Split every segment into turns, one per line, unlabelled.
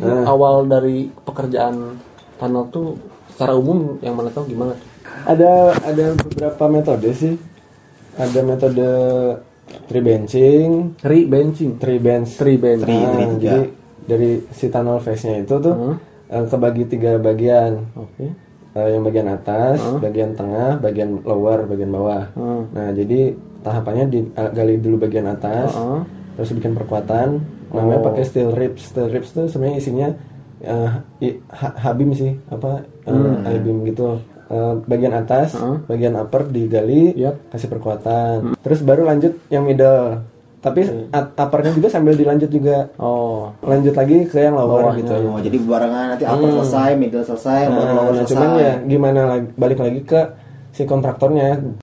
Eh.
awal dari pekerjaan tunnel tuh secara umum yang mana tahu gimana tuh?
ada ada beberapa metode sih ada metode tree benching
Re benching,
tree bench
Tree bench.
Nah,
tree tiga.
jadi dari si tunnel face nya itu tuh eh, kebagi tiga bagian
Oke.
Eh, yang bagian atas bagian tengah bagian lower bagian bawah
Hmm.
nah jadi tahapannya digali dulu bagian atas
Heeh.
terus bikin perkuatan namanya
Oh.
pakai steel ribs steel ribs tuh sebenarnya isinya eh, i- ha- habim sih apa eh,
Hmm.
habim gitu Eh, bagian atas bagian upper digali
Yap.
Hmm.
kasih perkuatan terus baru lanjut yang middle tapi at- uppernya juga sambil dilanjut juga
Oh,
lanjut lagi ke yang lower gitu
Oh, jadi barengan nanti upper selesai, middle selesai, baru
Nah,
lower
nah,
selesai.
cuman Hmm. ya gimana lagi, balik lagi ke si kontraktornya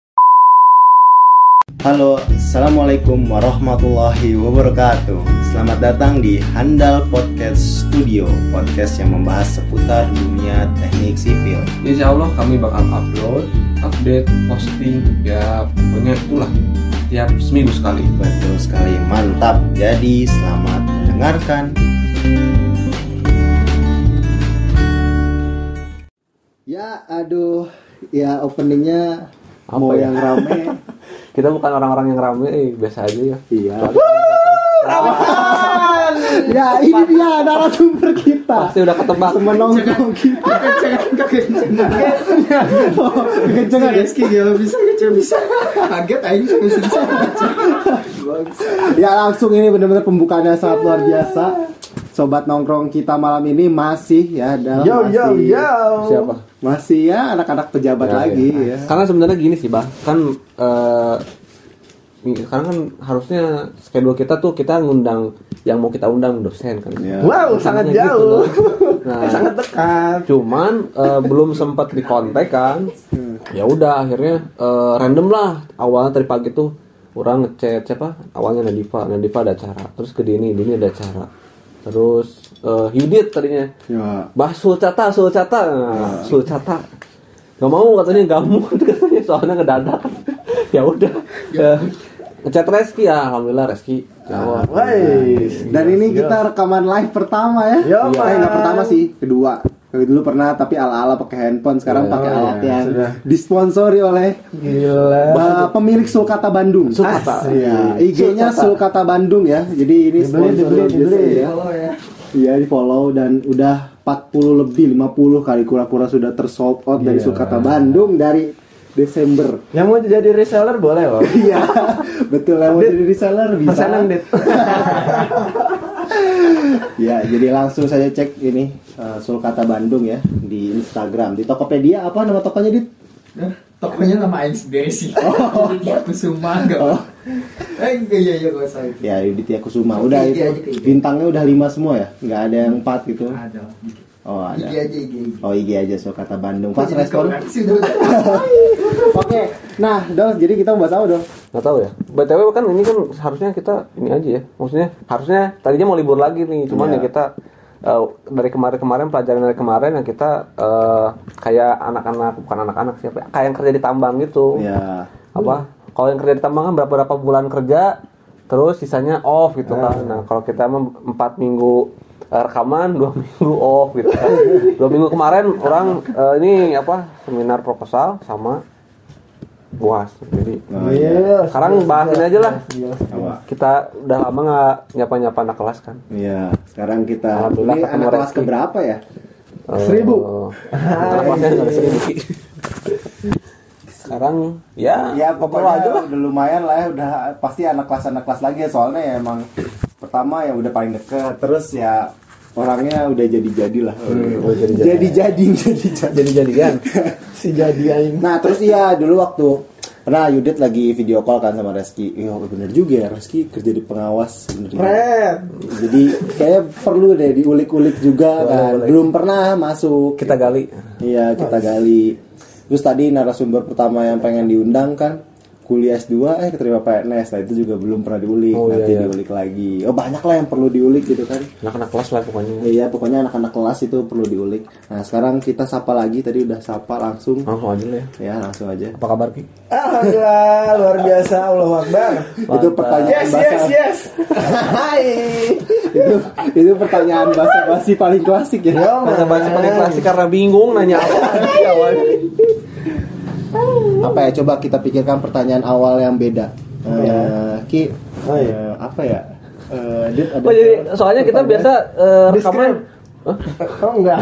Halo, Assalamualaikum warahmatullahi wabarakatuh Selamat datang di Handal Podcast Studio Podcast yang membahas seputar dunia teknik sipil
Insya Allah kami bakal upload, update, posting, ya pokoknya itulah tiap seminggu sekali.
Betul sekali, mantap Jadi selamat mendengarkan Ya, aduh Ya, openingnya
Apa mau ya? yang
rame
kita bukan orang-orang yang rame, eh, biasa aja ya.
Iya Ya, ini dia narasumber kita
Pasti udah ketebak.
menonton kita kekencengan kekencengan ya, bisa bisa kaget aja ya langsung ini benar-benar pembukaannya sangat luar biasa sobat nongkrong kita malam ini masih ya dalam masih,
Siapa?
masih ya anak-anak pejabat lagi ya
Karena sebenarnya gini sih, Bang. Kan eh sekarang kan harusnya schedule kita tuh kita ngundang yang mau kita undang dosen kan.
Ya.
wow
Sangat jauh. sangat dekat. gitu Nah, Cuman eh, belum sempat dikontak kan. Ya udah akhirnya eh, random lah. Awalnya tadi pagi tuh orang ngechat siapa? Awalnya Nadifa, Nadifa ada acara. Terus ke Dini, Dini ada acara. Terus eh, Yudit tadinya
ya
Bah Sulcata, Sulcata, nah, Sulcata. Gak mau katanya gak mau katanya soalnya kedatangan. ya udah. Ya. Ngechat Reski ya, alhamdulillah Reski. jawab.
dan ini kita rekaman live pertama ya
Yo,
Iya.
man.
eh nggak pertama sih kedua dulu pernah tapi ala-ala pakai handphone sekarang pakai alat yang
sudah. Iya.
disponsori oleh
gila
Ba- pemilik Sulkata Bandung.
Sulkata.
Asik. Iya, IG-nya
Sulkata.
Sulkata Bandung ya. Jadi ini
Dibeli,
sponsor
dibeli,
luar biasa
dibeli.
ya. Iya, di follow dan udah 40 lebih 50 kali kura-kura sudah tersold out dari Sulkata Bandung dari Desember.
yang mau jadi reseller boleh loh
Iya, betul ya mau jadi reseller bisa.
pesanan dit
Ya, jadi langsung saya cek ini eh, Sulkata Bandung ya di Instagram. Di Tokopedia apa nama tokonya Dit?
Eh, Tokonya nama Aing sendiri sih. Oh. Jadi aku sumbang gak?
Oh.
Eh, enggak iya iya gak usah itu.
Ya, Yuditya Kusuma. Udah
IG aja
itu
ke IG.
bintangnya udah 5 semua ya? nggak ada yang 4 gitu.
Ada.
Oh, ada.
Gigi aja gigi.
Oh IG aja so kata Bandung. Pas respon. Oke.
sih udah.
Nah, Dol, jadi kita bahas apa, Dol?
Gak tahu ya. BTW kan ini kan harusnya kita ini aja ya. Maksudnya harusnya tadinya mau libur lagi nih, cuman ya kita eh, dari kemarin-kemarin pelajaran dari kemarin yang kita eh, kayak anak-anak bukan anak-anak siapa ya, kayak yang kerja di tambang gitu.
Ya.
apa kalau yang kerja di tambang kan berapa berapa bulan kerja terus sisanya off gitu kan nah kalau kita mah empat minggu eh, rekaman dua minggu off gitu kan dua minggu kemarin orang eh, ini apa seminar proposal sama buas jadi
Oh, iya.
sekarang bahasin aja lah
Apa?
kita udah lama nggak nyapa nyapa anak kelas kan
Iya. Sekarang kita
Alhamdulillah
ini
ketemu
anak kelas
Reski.
keberapa ya?
Eh,
Seribu.
anak kelasnya nggak ada seribu sekarang ya
Ya
ngobrol
pokoknya
aja lah.
udah lumayan lah ya udah pasti anak kelas anak kelas lagi ya soalnya ya emang pertama ya udah paling deket terus ya orangnya udah jadi jadilah jadi jadi jadi jadi jadi
jadi-jadian
si jadi aing
Nah terus iya dulu waktu pernah Yudit lagi video call kan sama Reski. Iya bener juga ya Reski kerja di pengawas bener juga. Jadi kayak perlu deh diulik-ulik juga kan. Belum pernah masuk.
kita gali
Iya kita gali. Terus tadi narasumber pertama yang pengen diundang kan kuliah S2 eh keterima PNS nah itu juga belum pernah diulik
Oh,
nanti
iya, iya.
diulik lagi oh banyak lah yang perlu diulik gitu kan
anak-anak kelas lah pokoknya
iya pokoknya anak-anak kelas itu perlu diulik nah sekarang kita sapa lagi tadi udah sapa langsung
langsung aja lah ya
ya langsung aja
apa kabar ki
Alhamdulillah, luar biasa, Allah Akbar.
itu pertanyaan
Yes,
bahasa
yes, yes.
Hai. itu itu pertanyaan bahasa basi paling klasik ya
bahasa bahasa paling klasik karena bingung nanya apa di awal
apa ya coba kita pikirkan pertanyaan awal yang beda Eh, ki
Oh, iya.
eh, apa ya Eh, Dit, ada
oh, jadi soalnya kita biasa eh, rekaman
Oh enggak.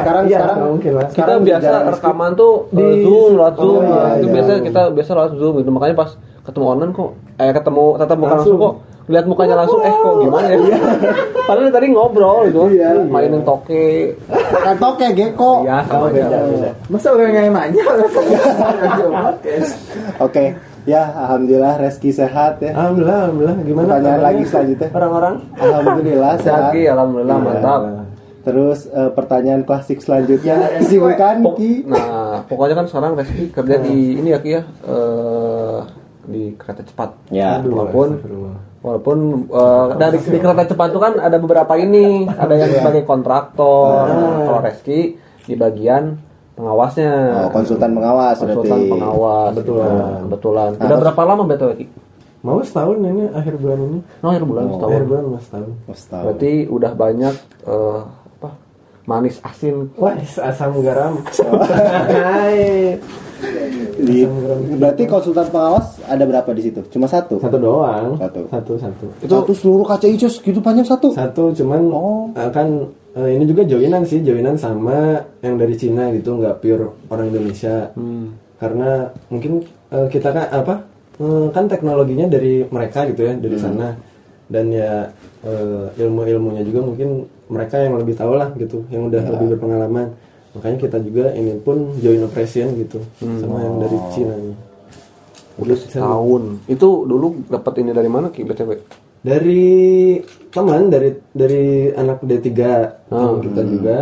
sekarang
Iya,
sekarang
nggak mungkin lah.
kita
sekarang
biasa
jarang
rekaman tuh di
Di-
zoom lewat zoom
Oh, iya,
Nah, itu
iya.
biasa kita biasa lewat zoom gitu makanya pas ketemu online kok eh ketemu tatap muka langsung, kok lihat mukanya langsung eh kok gimana ya padahal tadi ngobrol gitu mainin toke
Bukan Kan toke geko Oh, iya.
ya sama aja
Masa orang yang nanya orang yang podcast.
oke ya alhamdulillah Reski sehat ya
Alhamdulillah, alhamdulillah. Gimana?
pertanyaan
kabarnya?
lagi selanjutnya
Orang-orang
alhamdulillah sehat
lagi alhamdulillah
Eh, Iya.
mantap
terus eh, pertanyaan klasik
Iya,
selanjutnya kesibukan
Pok-
ki
nah pokoknya kan sekarang Reski kerja di ini ya Ki ya eh, di kereta cepat
ya
walaupun walaupun eh, dari di kereta cepat itu kan ada beberapa ini ada yang sebagai kontraktor Nah, kalau Reski di bagian pengawasnya
Oh, konsultan pengawas
konsultan
berarti.
pengawas
Betulan.
Nah, kebetulan
Nah,
udah
kons-
berapa lama betul Ki?
mau setahun ini akhir bulan ini.
Oh, akhir bulan setahun
Akhir bulan mau setahun.
Astaga.
berarti udah banyak eh, apa manis asin
Wah, asam garam. Hai.
Di- berarti konsultan pengawas ada berapa di situ? Cuma satu.
Satu doang.
Satu.
Satu, satu.
Itu satu seluruh KCI Cus gitu panjang satu.
Satu cuman
Oh.
eh, kan eh, ini juga joinan sih, joinan sama yang dari Cina gitu, nggak pure orang Indonesia. Karena mungkin eh, kita kan apa? eh, kan teknologinya dari mereka gitu ya, dari sana. Dan ya eh, ilmu-ilmunya juga mungkin mereka yang lebih tahu lah gitu, yang udah lebih berpengalaman. Makanya kita juga ini pun join operation gitu sama yang dari Cina.
udah setahun itu dulu dapat ini dari mana Ki BTW
dari teman dari dari anak D3 teman kita juga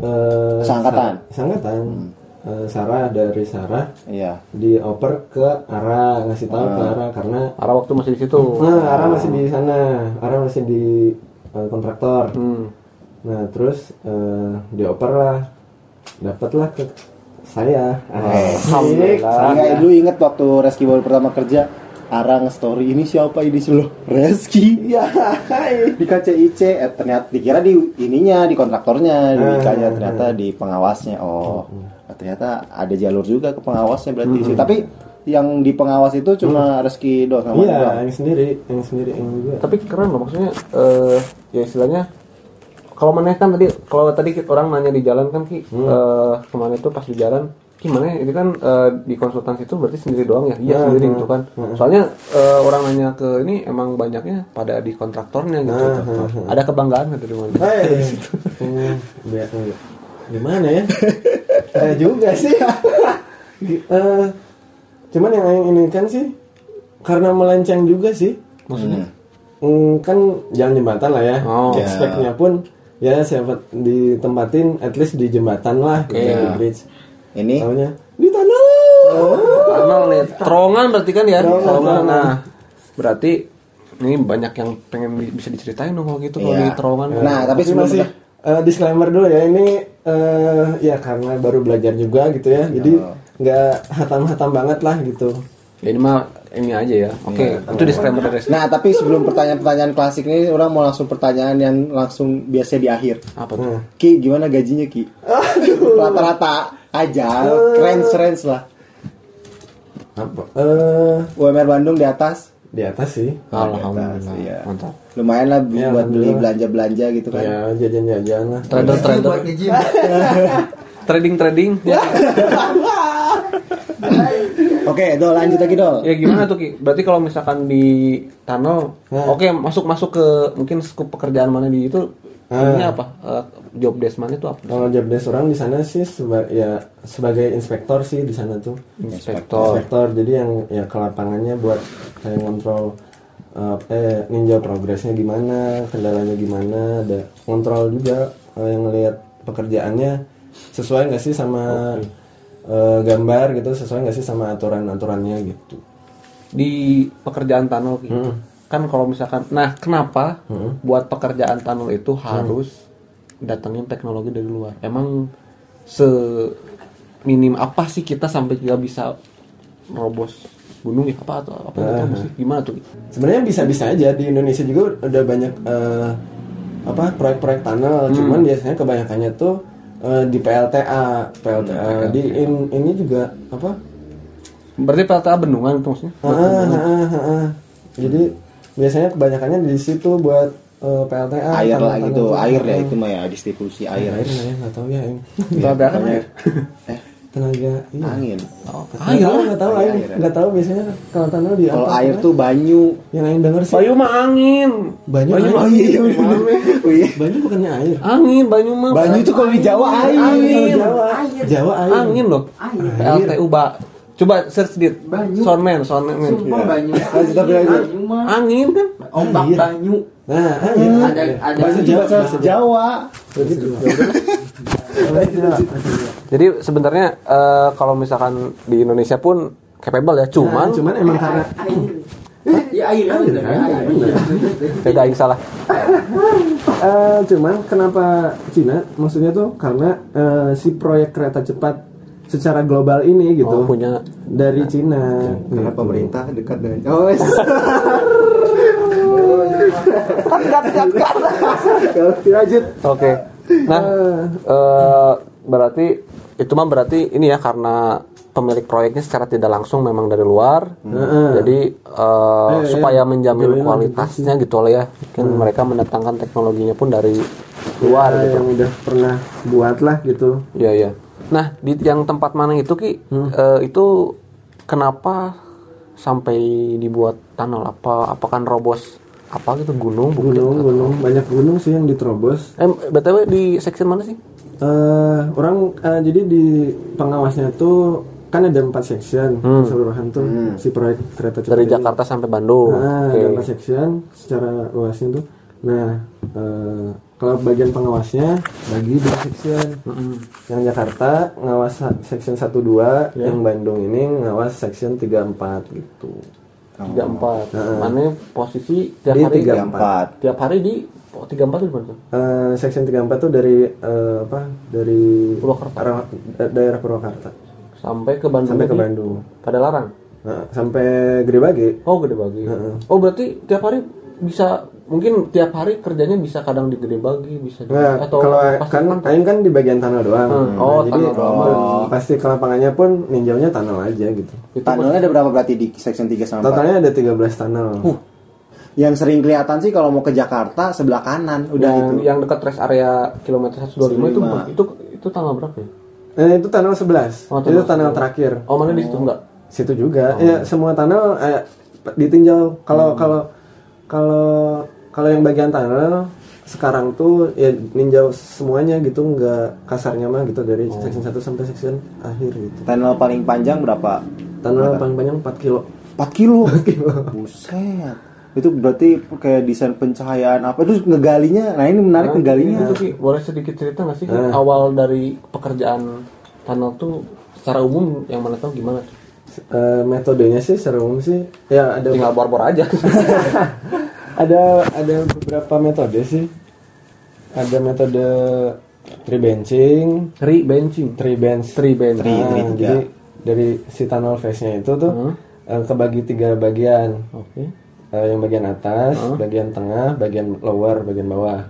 eh,
Seangkatan?
Sa- seangkatan Eh, Sarah dari Sarah
Iya.
dioper ke Ara ngasih tahu ke Ara karena
arah waktu masih di situ
nah Ara masih di sana Ara masih di eh, kontraktor nah terus eh, dioper lah dapatlah ke saya Asik.
Saya dulu inget Iya, waktu Reski baru pertama kerja Arang story ini siapa ini sih loh Reski
Ya, hai.
di KCIC eh, ternyata dikira di ininya di kontraktornya di IK-nya ternyata di pengawasnya oh Nah, ternyata ada jalur juga ke pengawasnya berarti di situ. tapi yang di pengawas itu cuma Reski doang sama
Iya,
doang.
yang sendiri, yang sendiri yang juga.
tapi keren loh maksudnya eh ya istilahnya kalau mana kan tadi kalau tadi kita- orang nanya di jalan kan ki
Hmm.
eh, kemana itu pas di jalan gimana ini kan eh, di konsultansi itu berarti sendiri doang ya
Hmm.
iya sendiri gitu kan soalnya eh, orang nanya ke ini emang banyaknya pada di kontraktornya gitu
Hmm,
ada kebanggaan gitu di mana
Eh.
Hei, Hmm, biar- biar- gimana ya? Saya juga sih. Gi- eh, cuman yang Aing inginkan sih karena melenceng juga sih.
maksudnya
Hmm, kan jalan jembatan lah ya.
Oh.
Ya. Speknya pun ya siapa ditempatin at least di jembatan lah gitu, di
Iya.
bridge.
ini Oh.
Taunya di tanah.
Karena nih terowongan berarti kan ya terowongan nah berarti ini banyak yang pengen bi- bisa diceritain dong kalau gitu kalau
Iya.
di terowongan
Nah, tapi sebelum
masih
kita-
eh, disclaimer dulu ya ini eh, ya karena baru belajar juga gitu ya. Jadi
Oh.
nggak hatam-hatam banget lah gitu.
ya ini mah ini aja ya oke itu disclaimer dari
Nah, tapi sebelum pertanyaan-pertanyaan klasik ini, orang mau langsung pertanyaan yang langsung biasa di akhir.
apa tuh?
Ki, gimana gajinya Ki? Rata-rata aja, range range lah.
apa eh
UMR Bandung di atas,
di atas sih
Alhamdulillah.
iya.
Mantap.
lumayan lah bu-
Ya,
buat beli
alhamdulillah.
belanja-belanja gitu kan.
ya jajan-jajan lah
Trader
Itu
trader
buat nge-gym. ya?
trading trading. Ya,
Oke, dol lanjut lagi dol.
ya gimana tuh Ki? Berarti kalau misalkan di tunnel, oke masuk masuk ke mungkin skup pekerjaan mana di itu ini apa? Eh, job desk mana itu apa?
kalau job desk orang di sana sih seba- ya sebagai inspektor sih di sana tuh
Inspektor.
inspektor jadi yang ya ke lapangannya buat kayak ngontrol eh, eh ninja progresnya gimana kendalanya gimana ada kontrol juga eh, yang ngelihat pekerjaannya sesuai nggak sih sama eh, gambar gitu sesuai nggak sih sama aturan-aturannya gitu.
di pekerjaan tunnel gitu. Kan kalau misalkan nah kenapa buat pekerjaan tunnel itu harus datangin teknologi dari luar? Emang se minim apa sih kita sampai nggak bisa robos gunung ya apa atau apa nggak tahu sih. gimana tuh?
sebenarnya bisa-bisa aja di Indonesia juga udah banyak eh, apa proyek-proyek tunnel
Hmm.
cuman biasanya kebanyakannya tuh eh, di PLTA PLTA
Hmm,
di in- ini juga apa
Berarti PLTA bendungan itu maksudnya?
Ah, ah, ah, ah, ah. jadi biasanya kebanyakannya di situ buat eh, PLTA
air
tunnel-
lah gitu
tunnel.
air ya itu mah ya distribusi air
Ah, air nggak ya nggak tahu ya Aing.
Tenaga kan air.
tenaga iya.
angin
Oh,
nggak tahu nggak tahu Aing. nggak tahu biasanya kalau tunnel di
kalau
apa
air tuh banyu
yang Aing denger sih
Bayu mah angin.
banyu
Banyu
air.
iya iya
banyu bukannya air
Angin Banyu mah.
banyu tuh kalau di Jawa air
Kalau Jawa Jawa air
angin loh.
Air.
PLTU ba. Coba search dit.
Ah, iya. Banyu.
Soundman, soundman.
Sumpah banyu.
ya. Lanjut, tapi lanjut. Oh, iya.
Banyu mah.
Angin kan?
Ombak
Air.
banyu.
nah angin
Ada ada
Coba bahasa Jawa
Jadi sebenarnya eh, kalau misalkan di Indonesia pun capable ya,
cuman
Nah,
cuman
cuman emang karena
air. Ya air kan bener, air.
beda yang salah.
Eh, cuman kenapa Cina maksudnya tuh karena eh, si proyek kereta cepat secara global ini
Oh,
gitu
punya
dari Cina
karena pemerintah dekat dengan oh wes.
lanjut
Oke. Nah, eh, berarti itu mah berarti ini ya karena pemilik proyeknya secara tidak langsung memang dari luar. Jadi eh,
Eh,
supaya
eh,
menjamin
join
kualitasnya gitu lah ya. Mungkin mereka mendatangkan teknologinya pun dari luar
Ya,
gitu.
yang udah pernah buat lah gitu
Iya iya. Nah di yang tempat mana itu ki eh, itu kenapa sampai dibuat tunnel apa? Apakan robos apa gitu gunung bukit?
gunung gunung banyak gunung sih yang diterobos
Eh btw di section mana sih?
eh orang eh, jadi di pengawasnya tuh kan ada empat section keseluruhan tuh si proyek kereta cepat
Hmm. Dari
ini.
Jakarta sampai Bandung.
Nah,
Oke.
ada empat section secara luasnya tuh. Nah, eh, kalau bagian pengawasnya bagi dua section. Yang Jakarta ngawas sa- section 12, yang Bandung ini ngawas section 34 gitu.
iya,
tiga empat. Mana posisi tiap
Di
hari?
34.
Tiap hari di oh, tiga empat di mana? tuh?
Eh, section 34 tuh dari eh, apa? Dari
Purwakarta.
arah- da- daerah Purwakarta
Sampai ke Bandung.
sampai ke
lagi?
Bandung.
Pada larang.
Nah, sampai Gerebagi.
Oh gede bagi. Oh berarti tiap hari bisa mungkin tiap hari kerjanya bisa kadang di gede bagi bisa di-
Nah,
atau
kalau
pasti
kan Aing kan di bagian tunnel doang. Nah,
Oh,
jadi
tunnel doang.
eh, pasti ke lapangannya pun ninjaunya tunnel aja gitu.
Tunnelnya ada berapa berarti di section 3 sama 4?
Totalnya ada 13 tunnel.
Yang sering kelihatan sih kalau mau ke Jakarta sebelah kanan udah gitu.
yang,
itu.
yang dekat rest area kilometer 125 itu itu itu tanggal berapa ya?
Eh, itu tunnel 11.
Oh,
itu
tunnel
tunnel terakhir.
Oh mana di situ enggak?
Situ juga. Ya, semua tunnel eh, ditinjau. Kalau kalau kalau kalau yang bagian tunnel sekarang tuh ya ninjau semuanya gitu nggak kasarnya mah gitu dari section 1 sampai section akhir gitu.
Tunnel paling panjang berapa?
Tunnel paling panjang 4 kilo.
4 kilo. Buset. Itu berarti kayak desain pencahayaan apa terus ngegalinya. Nah, ini menarik ngegalinya.
Itu Ki, boleh sedikit cerita nggak sih Ki? awal dari pekerjaan tunnel tuh secara umum yang mana tahu gimana? tuh?
Eh, metodenya sih secara umum sih ya ada
Tinggal bor-bor aja.
ada ada beberapa metode sih. Ada metode tree benching,
Tri benching.
three bands
Three bands.
Nah, jadi dari si tunnel face nya itu tuh eh, kebagi tiga bagian
Oke.
Eh, yang bagian atas bagian tengah bagian lower bagian bawah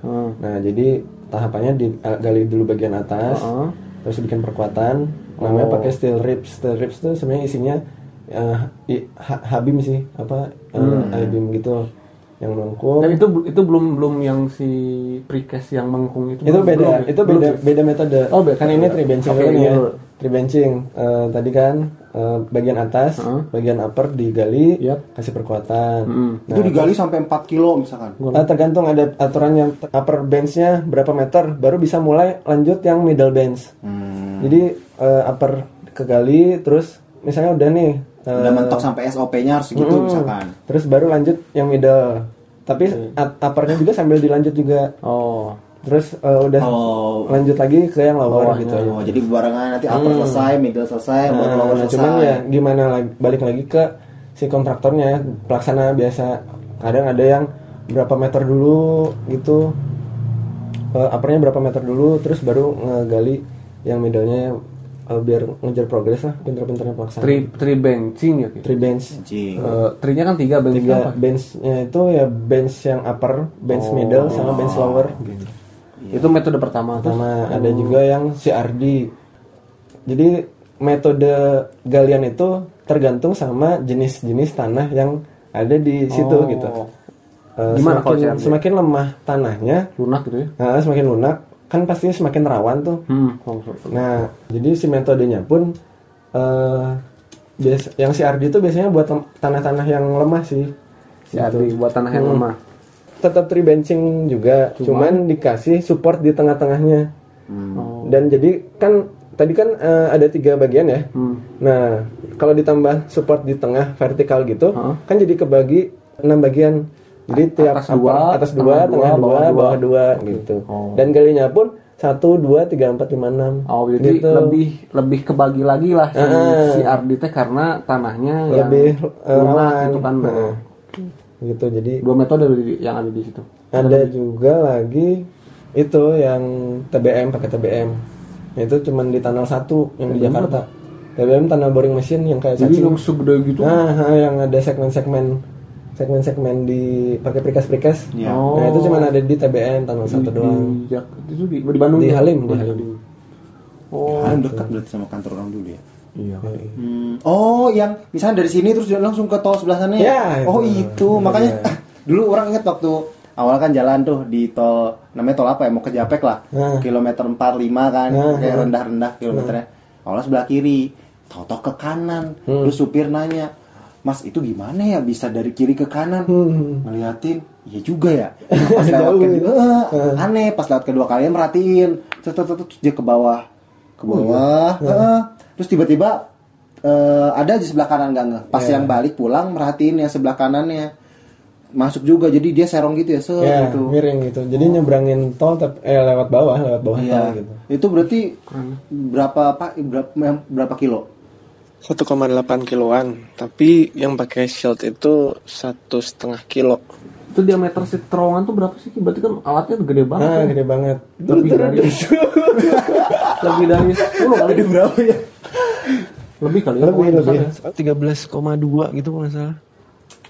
nah jadi tahapannya digali dulu bagian atas terus bikin perkuatan namanya pakai steel ribs steel ribs tuh sebenarnya isinya eh, i- ha- habim sih apa eh, habim gitu yang melengkung
Dan itu itu belum belum yang si precast yang mengkung itu.
itu
belum-
beda
belum ya?
itu beda beda metode
Oh, beda.
kan ini three benching
Oke,
dulu
ini
nih ya
dulu.
three benching Eh, tadi kan eh, bagian atas bagian upper digali
Yap.
kasih perkuatan Nah,
itu digali sampai 4 kilo misalkan.
eh, tergantung ada aturan yang upper benchnya berapa meter baru bisa mulai lanjut yang middle bench
Hmm.
jadi eh, upper kegali terus misalnya udah nih eh,
Udah mentok sampai SOP-nya harus gitu misalkan.
terus baru lanjut yang middle tapi at- uppernya juga sambil dilanjut juga
Oh.
terus eh, udah
Oh.
lanjut lagi ke yang lower gitu
iya.
ya.
Oh, jadi barengan nanti upper selesai, middle selesai, buat
Nah,
lower
cuman ya
selesai.
gimana lagi, balik lagi ke si kontraktornya pelaksana biasa kadang ada yang berapa meter dulu gitu Eh, uppernya berapa meter dulu terus baru ngegali yang middlenya eh, biar ngejar progres lah pinter-pinternya pelaksana
Tri tri benching ya. Ki?
three bench
Anjing.
Eh, trinya kan tiga benching
tiga
apa?
benchnya itu ya bench yang upper bench middle sama bench lower
Itu metode pertama. Terus,
Iya. Pertama ada juga yang CRD. Jadi metode galian itu tergantung sama jenis-jenis tanah yang ada di situ
Oh.
gitu. Eh,
Gimana kalau
semakin,
CRD?
semakin lemah tanahnya,
lunak gitu ya.
nah, semakin lunak, kan pasti semakin rawan tuh.
Hmm, langsung.
Nah, jadi si metodenya pun eh bias- yang CRD itu biasanya buat lem- tanah-tanah yang lemah sih.
Jadi buat tanah
Hmm.
yang lemah.
Tetap tribenching juga, cuman dikasih support di tengah-tengahnya.
Oh.
Dan jadi kan tadi kan eh, ada tiga bagian ya.
Hmm.
Nah kalau ditambah support di tengah vertikal gitu,
Hah?
kan jadi kebagi enam bagian. Jadi tiap
Atas dua,
atas dua,
tengah
tengah,
dua,
dua,
bawah
bawah, dua, gitu.
Oh.
Dan galinya pun satu, dua, tiga, empat, lima, enam.
Oh, jadi
Gitu.
lebih lebih kebagi lagi lah si,
Ah.
si Ardi teh karena tanahnya yang
lebih eh,
lunak
rawan.
gitu kan.
Heeh. gitu. Jadi
Dua metode di- yang ada di situ.
ada juga lagi itu yang TBM pakai TBM. Itu cuman di Tanal satu yang di Jakarta. TBM tanah boring mesin yang kayak
Jadi
cacing.
yang segede gitu.
Nah, ah, yang ada segmen-segmen segmen-segmen di pakai prikas-prikas.
Iya.
Nah, itu cuma ada di TBN Tanah
Gitu.
Satu doang.
Di, Jak- itu di, di Bandung.
Di
ya?
Halim,
Oh,
di Halim.
Oh.
Kan dekat berarti sama kantor orang dulu ya.
Iya.
Hmm, Oh, yang misalnya dari sini terus dia langsung ke tol sebelah sana ya?
Ya, iya.
oh
itu.
itu, makanya ah, dulu orang ingat waktu awal kan jalan tuh di tol namanya tol apa ya mau ke Japek lah
Nah.
kilometer 45 kan
Nah,
kayak
nah.
rendah-rendah kilometernya awalnya sebelah kiri totok ke kanan terus supir nanya Mas itu gimana ya bisa dari kiri ke kanan ngeliatin iya juga ya pas lewat
Jauh.
kedua eh, aneh pas lewat kedua kalinya merhatiin terus, terus, terus, terus dia ke bawah ke bawah eh, terus tiba-tiba eh, ada di sebelah kanan gak nggak pas yang balik pulang merhatiin yang sebelah kanannya masuk juga jadi dia serong gitu ya set,
Ya,
gitu
miring gitu. Jadi nyebrangin tol tap- eh lewat bawah, lewat bawah
Iya.
tol gitu.
itu berarti berapa pak berapa berapa kilo
1,8 kiloan, tapi yang pakai shield itu satu setengah kilo.
Itu diameter si terowongan tuh berapa sih? Ki? Berarti kan alatnya gede banget.
Nah,
ya.
gede banget.
Lebih dari lebih dari 10 kali berapa ya? Lebih kali ya.
Lebih
pokoknya
lebih.
besar ya.
13,2 gitu kalau nggak salah.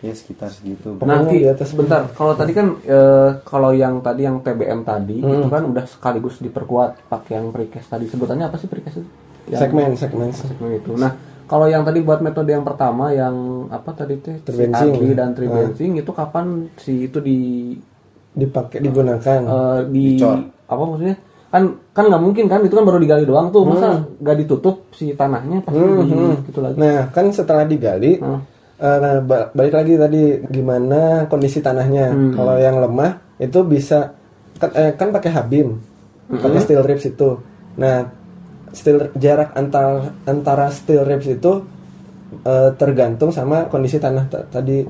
ya sekitar segitu
Pokoknya
Nanti
di atas
Nah, sebentar. Kalau tadi kan eh, kalau yang tadi yang TBM tadi itu
Hmm.
kan udah sekaligus diperkuat pakai yang precast tadi. Sebutannya apa sih precast itu? Yang
Segmen, segmen.
segmen itu. Nah, kalau yang tadi buat metode yang pertama yang apa tadi teh
Tribenching.
Si Ardi dan tribenching itu kapan si itu di
Dipakai digunakan.
eh, di apa maksudnya? Kan kan nggak mungkin kan itu kan baru digali doang tuh. Masa nggak ditutup si tanahnya pasti di- gitu lagi. Hmm.
Hmm. Nah, kan setelah digali eh, nah, ba- balik lagi tadi gimana kondisi tanahnya.
Hmm.
Kalau yang lemah itu bisa kan, eh, kan pakai habim,
Hmm.
pakai steel ribs itu. Nah, steel jarak antara antara steel ribs itu eh, tergantung sama kondisi tanah ta- tadi.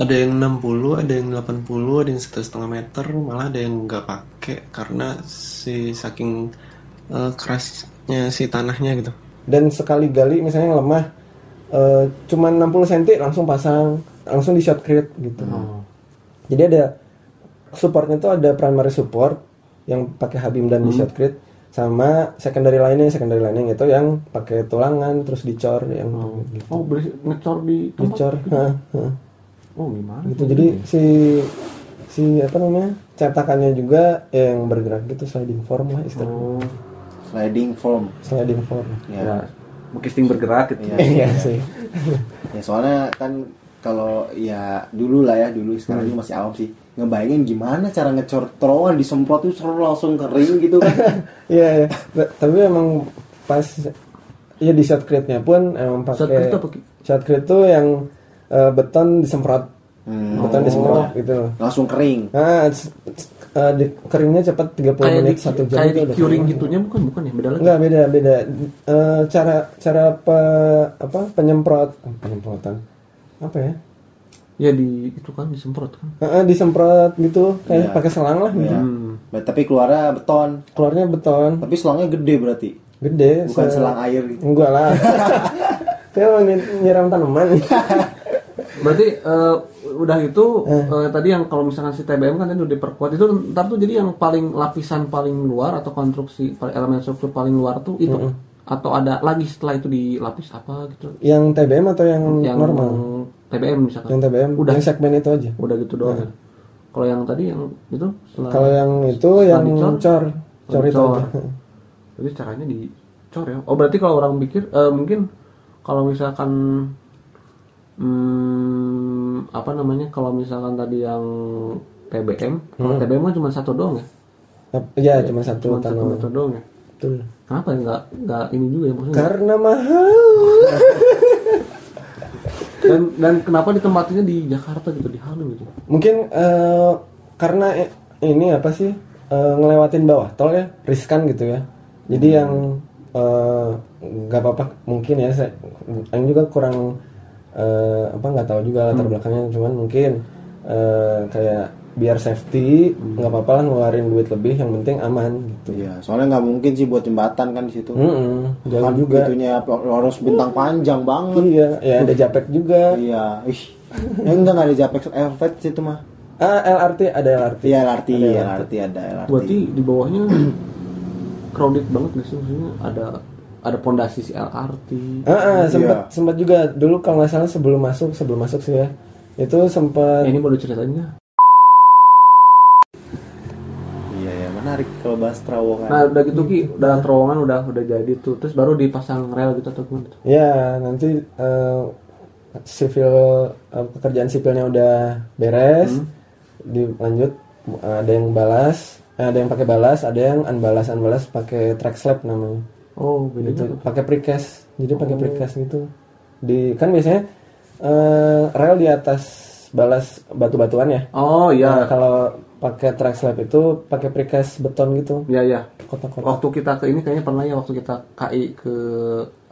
Ada yang 60, ada yang 80, ada yang satu setengah meter, malah ada yang nggak pakai karena si saking eh, kerasnya si tanahnya gitu.
Dan sekali gali misalnya yang lemah eh, cuman 60 cm langsung pasang, langsung di shot create gitu.
Hmm.
Jadi ada supportnya itu ada primary support yang pakai habim dan di
Hmm.
shot create sama secondary lining, secondary lining itu yang pakai tulangan terus dicor yang gitu.
Oh, beli ngecor di tempat.
dicor. Hah, hah.
Oh, gimana?
gitu. Jadi si si apa namanya? cetakannya juga yang bergerak gitu sliding form lah istilahnya.
Oh,
sliding form
Hmm.
Sliding form.
ya,
ya. Mukisting bergerak gitu.
Iya sih.
ya soalnya kan kalau ya dulu lah ya dulu sekarang
Hmm.
ini masih awam sih ngebayangin gimana cara ngecor terowongan disemprot tuh seru langsung kering gitu kan
Iya, iya. Ba- tapi emang pas ya di shot crate-nya pun emang pakai
Shot crate apa, Ki?
Shot crate tuh yang eh, beton disemprot.
Hmm.
Beton
Oh.
disemprot gitu loh.
langsung kering
Nah, s- s- eh, di- keringnya cepat 30
Kayak di,
menit satu jam
kayak
itu
di
udah
curing
kering.
gitunya bukan bukan ya beda lagi.
Enggak beda beda Eh, cara cara eh, apa apa penyemprot penyemprotan apa ya
ya di itu kan disemprot kan
Heeh, disemprot gitu kayak
Iya.
pakai selang lah gitu.
Ya. Ba- Tapi keluarnya beton.
Keluarnya beton
Tapi selangnya gede berarti.
gede.
Bukan
se-
selang air gitu.
Enggak lah. Saya mau ny- nyiram tanaman.
berarti eh, udah itu eh, tadi yang kalau misalkan si TBM kan tadi udah diperkuat itu ntar tuh jadi yang paling lapisan paling luar atau konstruksi paling- elemen struktur paling luar tuh itu atau ada lagi setelah itu dilapis apa gitu
yang TBM atau yang,
yang
Mm, normal?
TBM misalkan
Yang TBM
udah
yang segmen itu aja.
udah gitu doang ya. kalau yang tadi yang itu Nah, setelah
Eh. Kalau yang itu yang
dicor?
cor, cor itu
Dicor.
aja.
Jadi caranya dicor ya. Oh berarti kalau orang pikir eh, mungkin kalau misalkan hmm, apa namanya kalau misalkan tadi yang TBM, kalau TBM kan cuma satu doang ya.
Ya, cuma satu
Cuma satu
tanaman.
meter doang ya.
Betul.
Kenapa ya nggak nggak ini juga ya maksudnya?
Karena mahal.
Dan dan kenapa ditempatinnya di Jakarta gitu di Hanum gitu?
Mungkin eh, karena i- ini apa sih eh, ngelewatin bawah tol ya riskan gitu ya. Jadi yang eh, nggak apa-apa mungkin ya saya yang juga kurang eh, apa nggak tahu juga latar belakangnya cuman mungkin eh, kayak biar safety nggak apa-apa lah ngeluarin duit lebih yang penting aman gitu.
Iya, soalnya nggak mungkin sih buat jembatan kan di situ.
Mm-mm, jauh
Kan
juga.
itunya harus bintang panjang banget.
Iya, ya ada japek juga.
Iya. Ih. Ya enggak nggak ada Japex Elvet situ mah.
Ah, LRT ada LRT.
Iya LRT, iya, LRT ada LRT.
Berarti di bawahnya crowded banget nggak sih maksudnya ada ada pondasi si LRT.
Ah, ah, sempat
Iya.
sempat juga dulu kalau nggak salah sebelum masuk sebelum masuk sih ya itu
Ya,
sempat
ini mau diceritainnya.
Iya, iya, menarik kalau bahas terowongan.
Nah udah gitu ki, udah terowongan udah udah jadi tuh, terus baru dipasang rel gitu atau gimana? tuh?
ya nanti eh, sipil eh, pekerjaan sipilnya udah beres dilanjut ada yang balas eh, ada yang pakai balas ada yang unbalas unbalas pakai track slab namanya
Oh
gitu
bedanya
pakai precast jadi pakai precast gitu di kan biasanya eh, rel di atas balas batu-batuan ya
Oh
Nah,
iya,
kalau pakai track slab itu pakai precast beton gitu
iya iya.
kotak-kotak.
Waktu kita ke ini kayaknya pernah ya waktu kita KI ke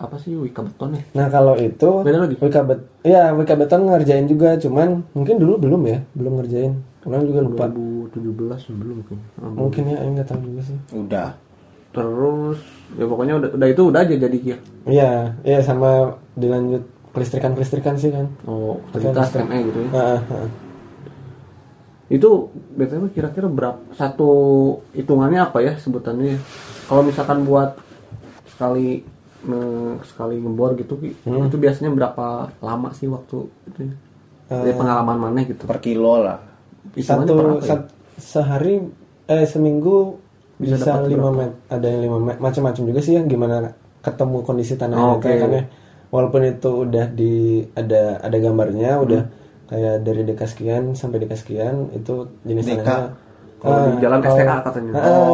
apa sih Wika Beton ya?
Nah kalau itu
Beda lagi?
Wika Bet- ya Wika Beton ngerjain juga, cuman mungkin dulu belum ya, belum ngerjain. Kemarin juga lupa.
2017 belum mungkin. Hmm.
Mungkin ya, Aing nggak tahu juga sih.
Udah.
Terus ya pokoknya udah, udah itu udah aja jadi ya.
Iya, iya sama dilanjut kelistrikan kelistrikan sih kan.
Oh cerita SME gitu ya.
Nah, nah,
Itu biasanya kira-kira berapa satu hitungannya apa ya sebutannya? ya? Kalau misalkan buat sekali nge- sekali ngebor gitu Ki,
Hmm.
itu biasanya berapa lama sih waktu itu? ya? Dari pengalaman mana gitu?
Per kilo lah.
Hitungannya
Eh, satu
per apa ya?
sat- sehari eh seminggu bisa,
Bisa dapat
lima met- ada yang lima met- macam-macam juga sih yang gimana ketemu kondisi
Oh,
tanahnya kayak
oke.
kan ya. walaupun itu udah di ada ada gambarnya
Hmm.
udah kayak dari deka sekian sampai deka sekian itu jenis
Deka.
tanahnya
Kalau di
Ah,
jalan
kalau-
STA katanya.
Ah, kalau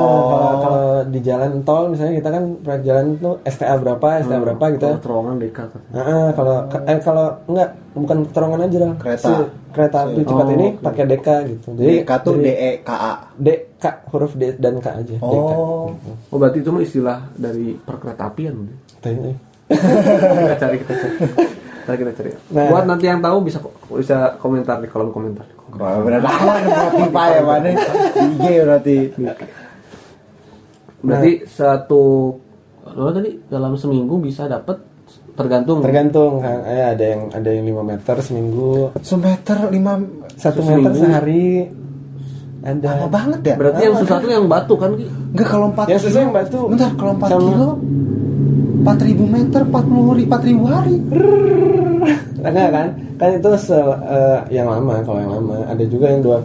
Oh.
kalau di jalan tol misalnya kita kan proyek jalan tuh STA berapa STA
Hmm.
berapa gitu ya.
Kalau terowongan DK katanya.
Ah, ah, kalau ke- eh, kalau enggak bukan terowongan aja lah
Kereta.
kereta api cepat ini pakai deka gitu jadi
DK tuh D E K A.
D K huruf D dan K Gitu. aja DK
Oh.
Oh berarti itu mah istilah dari perkereta apian.
Tanya.
kita cari kita cari. Ntar kita cari.
Nah.
Buat nanti yang tahu bisa bisa komentar di kolom komentar.
Wah, benar aman Spotify ya, mana? IG berarti.
Berarti
Nah.
satu lo tadi dalam seminggu bisa dapat tergantung
tergantung kan eh, ada yang ada yang 5 meter seminggu
Semeter lima
satu
Seminggu.
meter sehari ada
lama banget ya.
Berarti yang susah tuh yang batu kan Ki?
Enggak kalau 4
Yang Ya, susah yang batu.
Bentar kalau 4
Sama.
kilo 4000 meter 40 hari 4000 hari.
Enggak kan? Kan itu se- eh, yang lama kalau yang lama. Ada juga yang dua.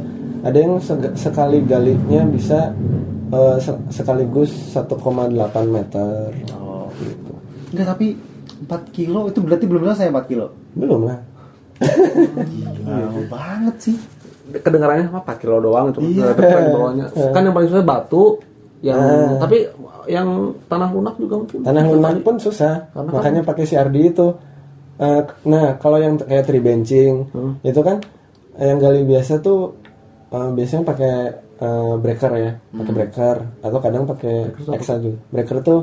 Ada yang seg- sekali galinya bisa eh, se- sekaligus 1,8 meter.
Oh gitu. Enggak tapi 4 kilo itu berarti belum selesai 4 kilo.
Belum lah.
Gila banget sih.
kedengarannya apa 4 kilo doang itu
Iya.
Tapi yang bawahnya. Kan yang paling susah batu yang tapi yang tanah lunak juga mungkin.
Tanah lunak pun susah.
Karena kan-
Makanya pakai CRD itu. Eh, nah, kalau yang t- kayak tree benching
Hmm.
itu kan eh, yang gali biasa tuh eh, biasanya pakai eh, breaker ya, pakai
Hmm.
breaker atau kadang pakai eksa juga. Breaker tuh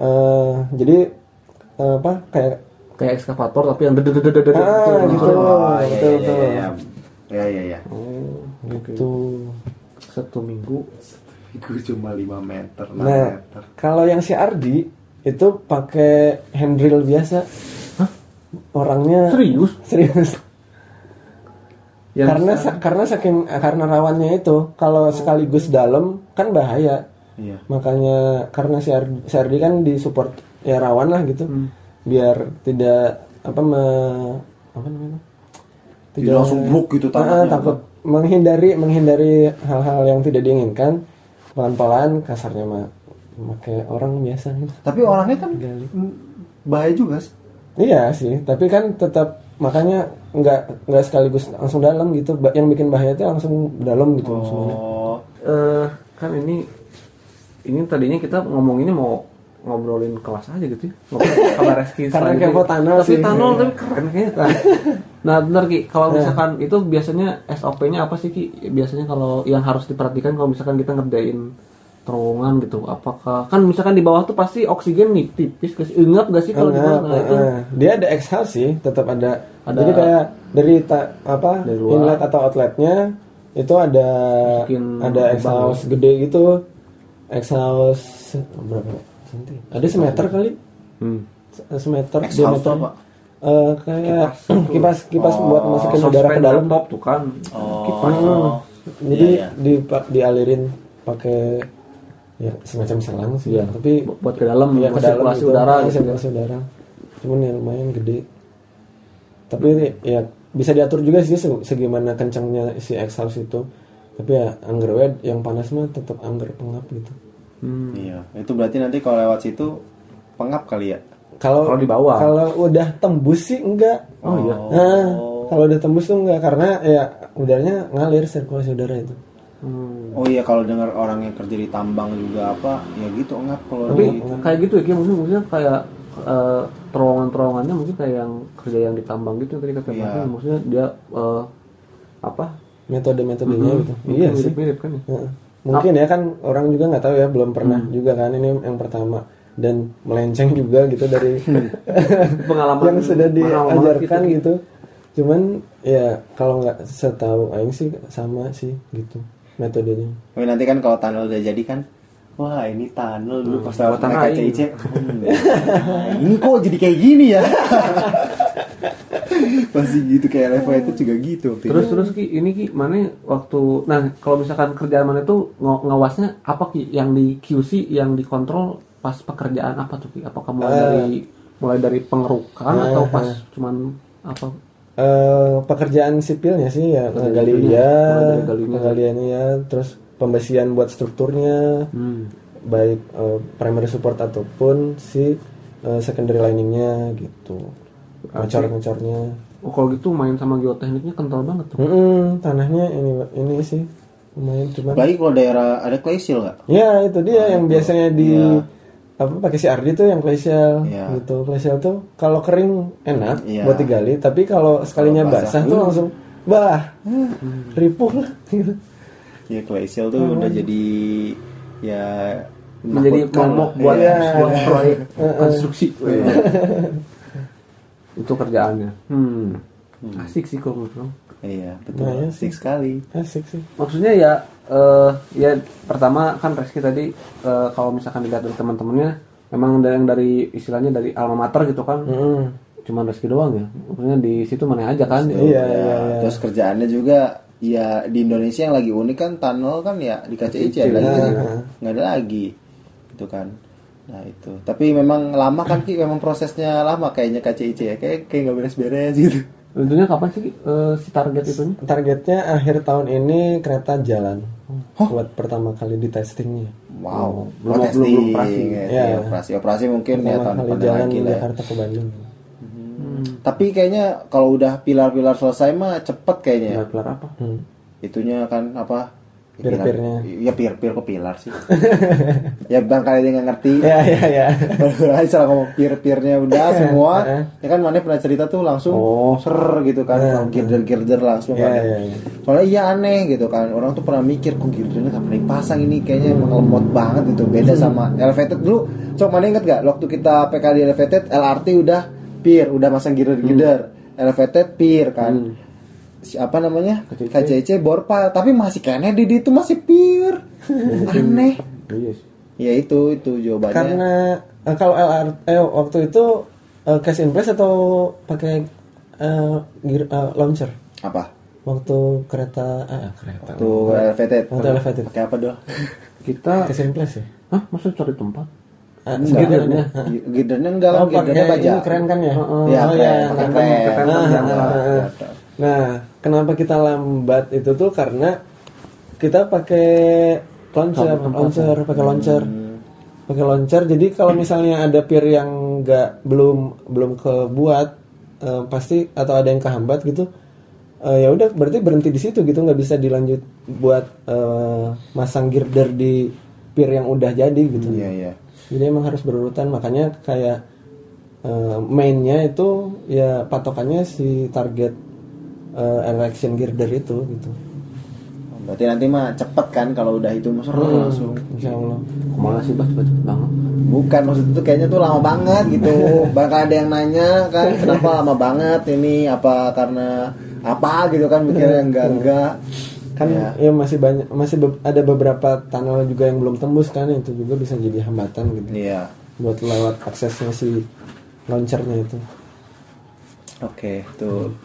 eh, jadi eh, apa kayak
kayak ekskavator tapi yang dededededed
Ah,
gitu.
gitu.
Oh, iya,
betul,
iya,
betul.
iya, iya. Ya, ya, ya.
Gitu.
satu minggu
Itu cuma 5 meter, 6
Nah,
meter.
kalau yang si Ardi itu pakai handrail biasa. Orangnya
serius
serius.
Yang
karena sa- karena saking karena rawannya itu kalau sekaligus dalam kan bahaya.
Iya.
Makanya karena si Ardi, si Ardi kan disupport ya rawan lah gitu.
Hmm.
Biar tidak apa me- apa namanya?
Tidak langsung bruk gitu
Ah,
tangannya.
takut menghindari menghindari hal-hal yang tidak diinginkan pelan-pelan kasarnya mah pakai orang biasa gitu.
Tapi orangnya kan mm, bahaya juga sih.
Iya sih, tapi kan tetap makanya nggak nggak sekaligus langsung dalam gitu. Ba- Yang bikin bahaya itu langsung dalam gitu semuanya.
Oh,
eh kan ini ini tadinya kita ngomonginnya mau ngobrolin kelas aja gitu ya. Ngobrolin kabar reski
Karena
selanjutnya.
kepo Tanol
tapi
sih. Iya.
Tanol tapi keren kayaknya Tan. nah benar Ki kalau misalkan itu biasanya SOP-nya apa sih Ki biasanya kalau yang harus diperhatikan kalau misalkan kita ngerjain terowongan gitu apakah kan misalkan di bawah tuh pasti oksigen nih tipis guys ingat gak sih kalau di bawah
Karena,
nah, itu
eh, dia ada exhale sih, tetap ada.
Ada-
Jadi kayak dari ta- apa
Dari luar.
inlet atau outletnya itu ada
Masukin
ada exhaust gede gitu. Exhaust berapa? Senti. Ada semeter kali.
Hmm.
Se- Semeter
Exhaust
diameter.
apa?
Eh, kayak kipas kipas buat masukin udara ke
Oh, Suspend
dalam.
laptop tuh kan
oh,
Nah, Jadi
Iya, iya.
dipa- dialirin pakai ya semacam selang sih,
Iya.
tapi
Bu- buat ke dalam
ya ke dalam
sirkulasi
gitu,
udara
ya,
gitu.
sirkulasi udara. Cuman ya lumayan gede. Tapi ya bisa diatur juga sih se- segimana kencangnya si exhaust itu. Tapi ya angger we yang panas mah tetap angger pengap gitu.
iya. Itu berarti nanti kalau lewat situ pengap kali ya.
Kalau
Kalau di bawah.
Kalau udah tembus sih enggak.
oh iya
Nah, kalau udah tembus tuh enggak karena ya udaranya ngalir sirkulasi udara itu.
Hmm.
Oh iya kalau dengar orang yang kerja di tambang juga apa, ya gitu ngap kalau
tapi
di
kayak gitu ya Ki, mungkin mungkin kayak eh, terowongan-terowongannya mungkin kayak yang kerja yang ditambang gitu yang tadi kata
Iya.
Mas, maksudnya dia eh, apa Hmm,
Metode-metodenya gitu.
mungkin
Iya sih.
mirip-mirip kan ya
Heeh. Mungkin ya kan orang juga nggak tahu ya belum pernah
Hmm.
juga kan ini yang pertama dan melenceng juga gitu dari
Hmm. pengalaman
yang sudah
pengalaman
diajarkan gitu. Cuman ya kalau nggak setahu Aing sih sama sih gitu metodenya.
Tapi nanti kan kalau tunnel udah jadi kan Wah ini tunnel
Hmm,
dulu pas lewat
buatan
naik
lain.
KCIC hmm, nah, Ini kok jadi kayak gini ya Pasti gitu kayak level itu juga gitu waktu
terus
itu.
terus ki ini ki mana waktu nah kalau misalkan kerjaan mana itu ngo- ngawasnya apa ki yang di QC yang dikontrol pas pekerjaan apa tuh ki apakah
Eh.
mulai dari mulai dari pengerukan atau pas cuman apa
Eh, pekerjaan sipilnya sih ya gali
sipilnya,
ya,
mulai dari galinya.
penggaliannya ya, terus pembesian buat strukturnya, baik eh, primary support ataupun si eh, secondary liningnya gitu, ngecor-ngecornya.
oh, kalau gitu main sama geotekniknya kental banget tuh
Mm-mm, tanahnya ini ini sih lumayan cuman
Apalagi kalau daerah ada clay seal gak?
ya itu dia yang biasanya di
Iya.
apa pakai si Ardi tuh yang clay shell
Iya.
gitu clay shell tuh kalau kering enak
Iya.
buat digali tapi kalau sekalinya
Kalau basah,
basah,
Hmm.
tuh langsung bah ripuh lah gitu.
Ya clay seal tuh udah jadi Ya
Hmm. menjadi
menakutkan
momok
lah.
buat
Iya.
sebuah proyek konstruksi itu kerjaannya hmm. asik sih kalau menurut kamu.
Iya betul
Nah, iya
Asik sekali
asik sih
maksudnya ya eh, ya pertama kan Reski tadi eh, kalau misalkan dilihat dari teman-temannya memang dari yang dari istilahnya dari alma mater gitu kan
Mm-mm.
cuman Reski doang ya maksudnya di situ mana aja kan
Iya,
Ya,
iya, iya.
Terus kerjaannya juga ya di Indonesia yang lagi unik kan tunnel kan ya di KCIC
Iya,
ada lagi kan? nggak ada lagi itu kan nah itu tapi memang lama kan ki memang prosesnya lama kayaknya KCIC ya kayak kayak nggak beres-beres gitu
tentunya kapan sih eh, si target itunya
targetnya akhir tahun ini kereta jalan buat pertama kali di testingnya
wow
Belum-
oh,
belum-
testing
belum operasi.
ya,
Ya.
operasi operasi mungkin
pertama
ya tahun
kali
depan
jalan
lagi lah ya. Hmm.
Jakarta ke Bandung
tapi kayaknya kalau udah pilar-pilar selesai mah cepet kayaknya
Nggak kelar apa
Hmm.
itunya kan apa Ya,
Pir-pirnya.
pilar- ya pir-pir ke pilar sih ya barangkali dia nggak ngerti
ya ya ya
Padahal salah ngomong peer-peernya udah semua Ya kan Mane pernah cerita tuh langsung ser gitu kan Girder-girder
Oh.
langsung
Iya,
kan
iya, iya.
Soalnya iya aneh gitu kan Orang tuh pernah mikir kok girdernya nggak pernah dipasang ini Kayaknya emang lemot banget
Hmm.
gitu Beda sama elevated dulu Cok Mane inget gak waktu kita PK di elevated LRT udah peer udah masang girder-girder
Hmm.
LVT peer kan siapa namanya KCC Borpal tapi masih Kennedy di itu masih peer aneh
Iya sih.
ya itu itu jawabannya
Karena eh, kalau LR eh, waktu itu eh, cash in place atau pakai eh, gear- eh, launcher
apa
waktu kereta ah, kereta
tuh LVT
Waktu elevated.
pakai apa dong
Kita
cash in place ya.
Hah, masa cari tempat?
Ah,
Enggak.
girdernya.
girdernya enggak lah
Oh,
girdernya
pakai
baja
ini keren kan ya?
Iya,
oh
keren, iya.
iya,
pakai
keren.
keren.
Nah,
Keren.
nah, nah. Nah, kenapa kita lambat itu tuh karena kita pakai launcher, launcher, pakai launcher.
Hmm.
Pakai launcher. Jadi kalau misalnya ada peer yang nggak belum belum kebuat eh, pasti atau ada yang kehambat gitu eh, ya udah berarti berhenti di situ gitu nggak bisa dilanjut buat eh, masang girder di peer yang udah jadi gitu.
iya iya
Jadi emang harus berurutan makanya kayak eh, mainnya itu ya patokannya si target eh, election girder itu gitu.
berarti nanti mah cepet kan kalau udah itu masa
Hmm.
langsung
Insya Allah.
Kemana sih, Bas? Cepet-cepet banget.
Bukan maksud itu kayaknya tuh lama banget gitu. Bakal ada yang nanya kan kenapa lama banget ini apa karena apa gitu kan mikirnya enggak enggak.
Kan ya, masih banyak masih be- ada beberapa tunnel juga yang belum tembus kan itu juga bisa jadi hambatan gitu
Iya.
buat lewat aksesnya si launchernya itu. Hmm.
Oke, tuh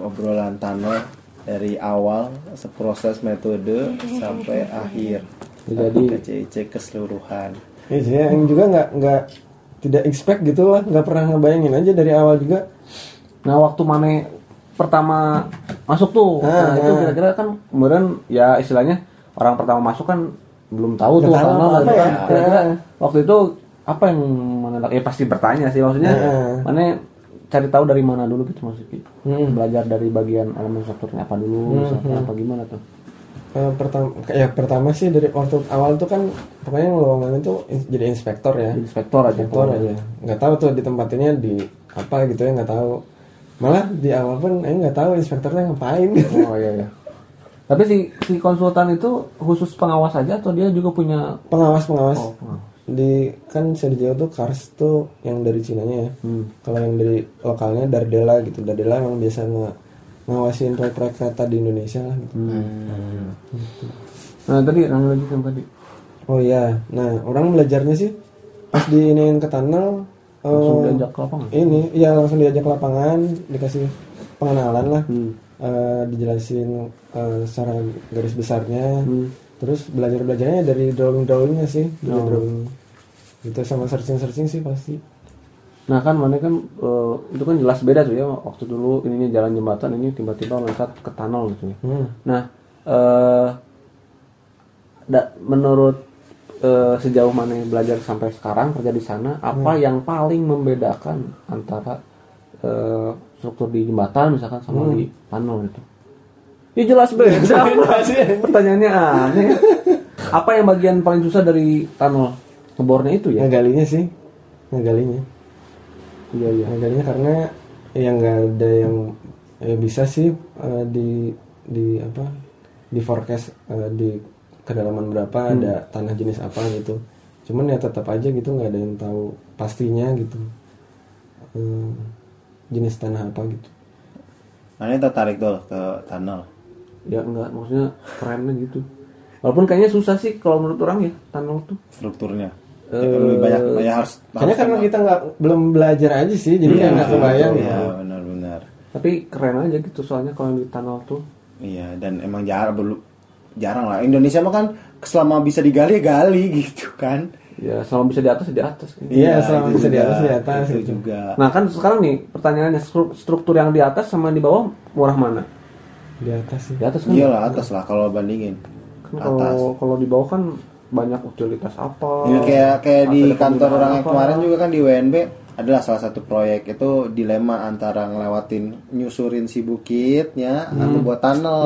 obrolan tanah dari awal seproses metode sampai akhir. Jadi KCIC keseluruhan.
Ya, sih, yang juga nggak nggak tidak expect gitu lah nggak pernah ngebayangin aja dari awal juga
Nah, waktu Mane pertama masuk tuh,
Ah,
nah, itu kira-kira kan kemudian ya istilahnya orang pertama masuk kan belum tahu tuh
Nggak tahu
kenal,
apa-apa
gitu
ya.
kan. Kira-kira
Nah.
waktu itu apa yang Mane lakukan? Ya pasti bertanya sih maksudnya.
Nah.
Mane cari tahu dari mana dulu gitu maksudnya.
Hmm.
Belajar dari bagian elemen strukturnya apa dulu, misalkan apa gimana tuh.
Eh, pertama ya pertama sih dari waktu awal tuh kan pokoknya lowongan itu in- jadi inspektor ya
Inspektor aja.
inspektor aja nggak tahu tuh di tempatinnya di apa gitu ya nggak tahu malah di awal pun eh nggak tahu inspektornya ngapain
Oh iya iya. Tapi si si konsultan itu khusus pengawas aja atau dia juga punya
pengawas pengawas
Oh, pengawas.
di kan Sergio tuh Kars tuh yang dari Cinanya ya
Hmm.
kalau yang dari lokalnya Dardela gitu Dardela emang biasa nge ngawasin proyek-proyek kereta di Indonesia lah
Hmm.
gitu.
Nah, tadi nanya lagi sama tadi.
oh iya nah orang belajarnya sih pas diinin ke tunnel
Langsung
eh,
diajak ke lapangan.
ini ya langsung diajak ke lapangan dikasih pengenalan lah Eh, dijelasin eh, secara garis besarnya terus belajar belajarnya dari drawing drawingnya sih dari drawing gitu sama searching searching sih pasti
Nah kan mana kan eh, itu kan jelas beda tuh ya waktu dulu ininya jalan jembatan ini tiba-tiba loncat ke tunnel gitu ya.
Hmm.
Nah eh da- menurut eh, sejauh mana yang belajar sampai sekarang kerja di sana apa yang paling membedakan antara eh, struktur di jembatan misalkan sama di tunnel itu? Hmm. Ya jelas beda. Pertanyaannya aneh. Apa yang bagian paling susah dari tunnel ngebornya itu ya?
ngegalinya sih ngegalinya
Iya iya.
ngegalinya karena yang nggak ada yang ya bisa sih eh, di di apa di forecast eh, di kedalaman berapa ada tanah jenis apa gitu cuman ya tetap aja gitu nggak ada yang tahu pastinya gitu Eh, jenis tanah apa gitu
Mana tertarik dulu ke tunnel.
ya enggak maksudnya kerennya gitu walaupun kayaknya susah sih kalau menurut orang ya tunnel tuh
strukturnya. Ya, lebih banyak banyak harus
Eh, karena karena kita nggak belum belajar aja sih jadi kayak nggak kebayang ya.
Iya, benar-benar.
tapi keren aja gitu soalnya kalau yang di tunnel tuh
Iya, dan emang jarang belum jarang lah. Indonesia mah kan selama bisa digali ya gali gitu kan.
ya selama bisa di atas ya di atas kan.
iya selama
itu
bisa di
juga,
atas di atas
itu
gitu.
juga.
nah kan sekarang nih pertanyaannya stru- struktur yang di atas sama yang di bawah murah mana
di atas sih
di atas kan
Iyalah atas lah kalau bandingin.
Kan
Iya, Atas.
kalau kalau di bawah kan banyak utilitas apa
Ini Iya, kayak kayak di
Ada
kantor
pembinaan
orang yang
apa.
kemarin juga kan di WNB adalah salah satu proyek itu dilema antara ngelewatin nyusurin si bukitnya atau buat tunnel.